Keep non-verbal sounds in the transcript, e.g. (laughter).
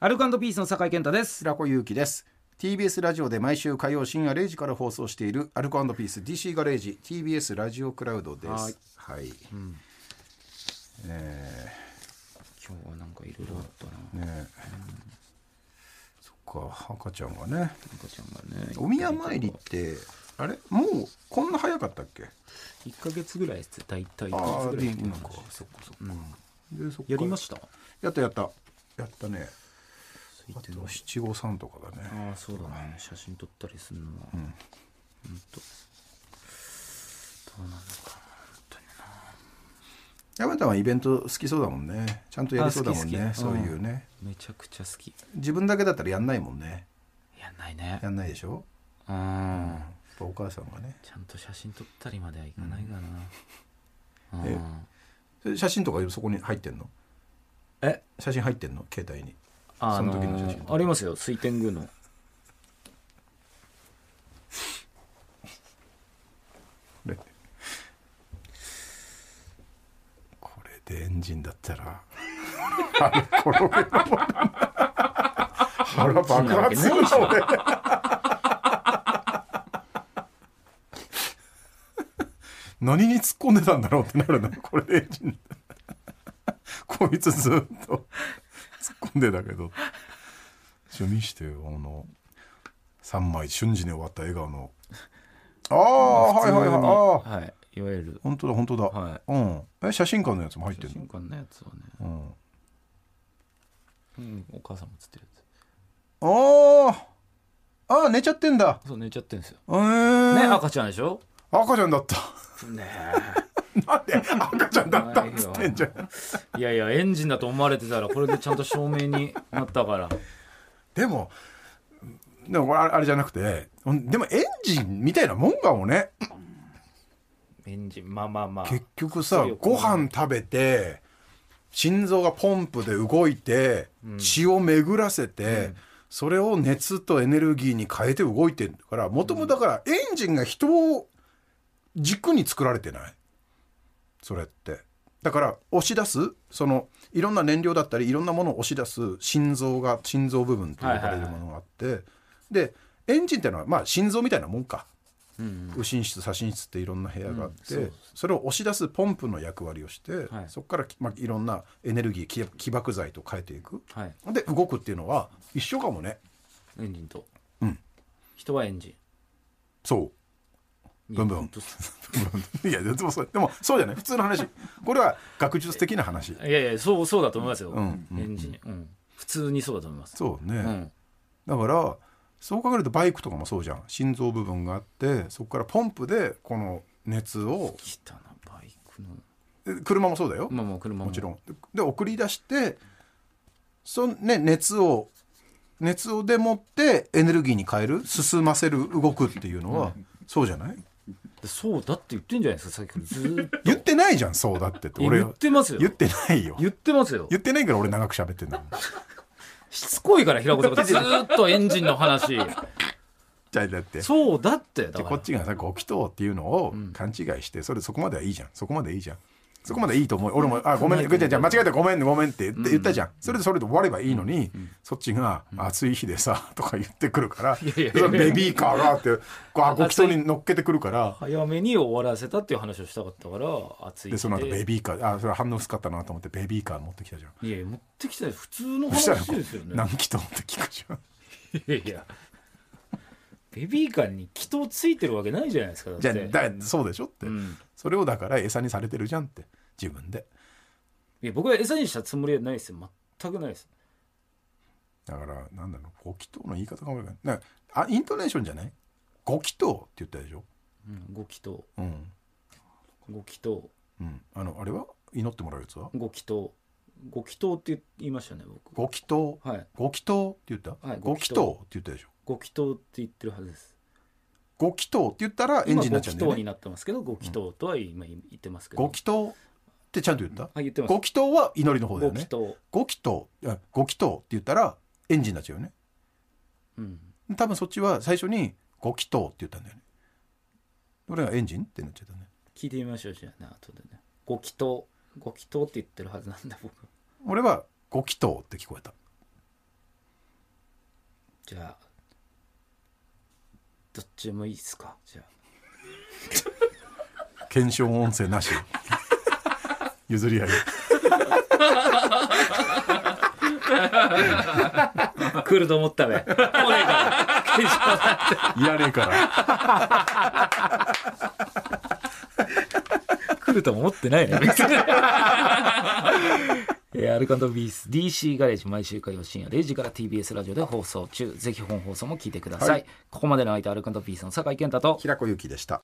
アルコピースの酒井健太です平子祐希です TBS ラジオで毎週火曜深夜0時から放送しているアルコピース DC ガレージ TBS ラジオクラウドですはい、今日はなんかいろいろあったなねえそっか赤ちゃんがね赤ちゃんがねお宮参りってあれもうこんな早かったっけ一ヶ月ぐらいです大体一あヶ月ぐーらいでなんかそっかそっか、でそっかやりましたやったやったやったねついあてると七五三とかだねああそうだね写真撮ったりするのはうんほんとどうなのか山田はイベント好きそうだもんねちゃんとやりそうだもんあ好きね好きそういうねめちゃくちゃ好き自分だけだったらやんないもんねやんないねやんないでしょうんやっぱお母さんがねちゃんと写真撮ったりまではいかないかなえうんそれ写真とかそこに入ってんのえ写真入ってんの携帯にあのその時の写真とかありますよ水天宮のこれこれでエンジンだったら (laughs) (laughs) あれ転げたもんあら爆発するな俺何に突っ込んでたんだろうってなるな (laughs) これでエンジンこいつずっと突っ込んでたけどちょ見してよあの3枚瞬時に終わった笑顔のああはいはいはいああいはいいわゆる本当だ本当だ、はうんえ写真館のやつも入って写る真館のやつはねの、うんお母さんも写ってるやうん、ああああ寝ちゃってんだつそう寝ちゃってるんですよえーね赤ちゃんでしょ赤ちゃんだった (laughs) ねなんで赤ちゃんだったっつってんじゃんえいやいやエンジンだと思われてたらこれでちゃんと証明になったからでもでもこれあれじゃなくてほんでもエンジンみたいなもんかもねエンジンまあまあまあ結局さそうよご飯食べて心臓がポンプで動いて血を巡らせて、それを熱とエネルギーに変えて動いてるからもともとだからエンジンが人を軸に作られてないそれってだから押し出すそのいろんな燃料だったりいろんなものを押し出す心臓が心臓部分と呼ばれるものがあって、でエンジンってのはまあ心臓みたいなもんかうん右心室左心室っていろんな部屋があって、うんそうそれを押し出すポンプの役割をして、はいそこからき、まあ、いろんなエネルギー起起爆剤と変えていくはいで動くっていうのは一緒かもねエンジンとうん人はエンジンそうブンブンいやほと (laughs) いやでもそうでもそうじゃない普通の話これは学術的な話いやいやそうそうだと思いますようんうんエンジンうん普通にそうだと思いますそううね、んだからそう考えるとバイクとかもそうじゃん心臓部分があってそこからポンプでこの熱を来たなバイクのえ車もそうだよ、まあもう車ももちろんでで送り出してその、ね、熱を熱をでもってエネルギーに変える進ませる動くっていうのは、そうじゃないでそうだって言ってんじゃないですかさっきからずーっと言ってないじゃんそうだってって (laughs) 俺言ってますよ言ってないよ言ってますよ言ってないから俺長く喋ってんだもんしつこいから平子さんがずーっとエンジンの (laughs) 話じゃあだってそうだってだでかこらっちがさご祈祷っていうのを勘違いして、それそこまではいいじゃんそこまでいいじゃんそこまでいいと思う俺も「あごめんねごめんねじゃあじゃあ間違えたごめんねごめん」って言って言ったじゃんそれでそれで終わればいいのに、そっちが「暑い日でさ」 (laughs) とか言ってくるからいやいやいやそのベビーカーがってこうあご祈祷に乗っけてくるから早めに終わらせたっていう話をしたかったから暑いでその後ベビビーカーあそれ反応薄かったなと思ってベビーカー持ってきたじゃんいやいや持ってきたら普通のそしたら話こですよう「ね何祈祷?」って聞くじゃんいやいやベビーカーに気筒ついてるわけないじゃないですかだってじゃあだそうでしょって、うんそれをだから餌にされてるじゃんって自分でいや僕は餌にしたつもりはないですよ全くないですだからなんだろうご祈祷の言い方が悪いからなんかあイントネーションじゃないご祈祷って言ったでしょうんご祈祷うん、ご祈祷うん、あのあれは祈ってもらうやつはご祈祷ご祈祷って言いましたね僕ご祈祷はいご祈祷って言った、はいごご祈祈祷祷って言ったでしょご祈祷って言ってるはずですご祈祷って言ったらエンジンになっちゃうんだ今ご祈祷よにねなってますけどご祈祷とは今言ってますけどご祈祷ってちゃんと言った、はい言ってますご祈祷は祈りの方だごよ祈ね祷ご祈祷あご祈祷って言ったらエンジンになっちゃうよねうん多分そっちは最初にご祈祷って言ったんだよね俺がエンジンってなっちゃったね聞いてみましょうじゃあね後でねご祈祷ご祈祷って言ってるはずなんだ僕俺はご祈祷って聞こえたじゃあどっちでもいいですかじゃあ検証音声なし (laughs) 譲り合い来ると思ったべ来ねえから検証いらねえから来るとも思って (laughs) ないね。えー、アルカンドビース DC ガレージ毎週火曜深夜0時から TBS ラジオで放送中ぜひ本放送も聞いてください、はいここまでの相手アルカンドビースの酒井健太と平子由紀でした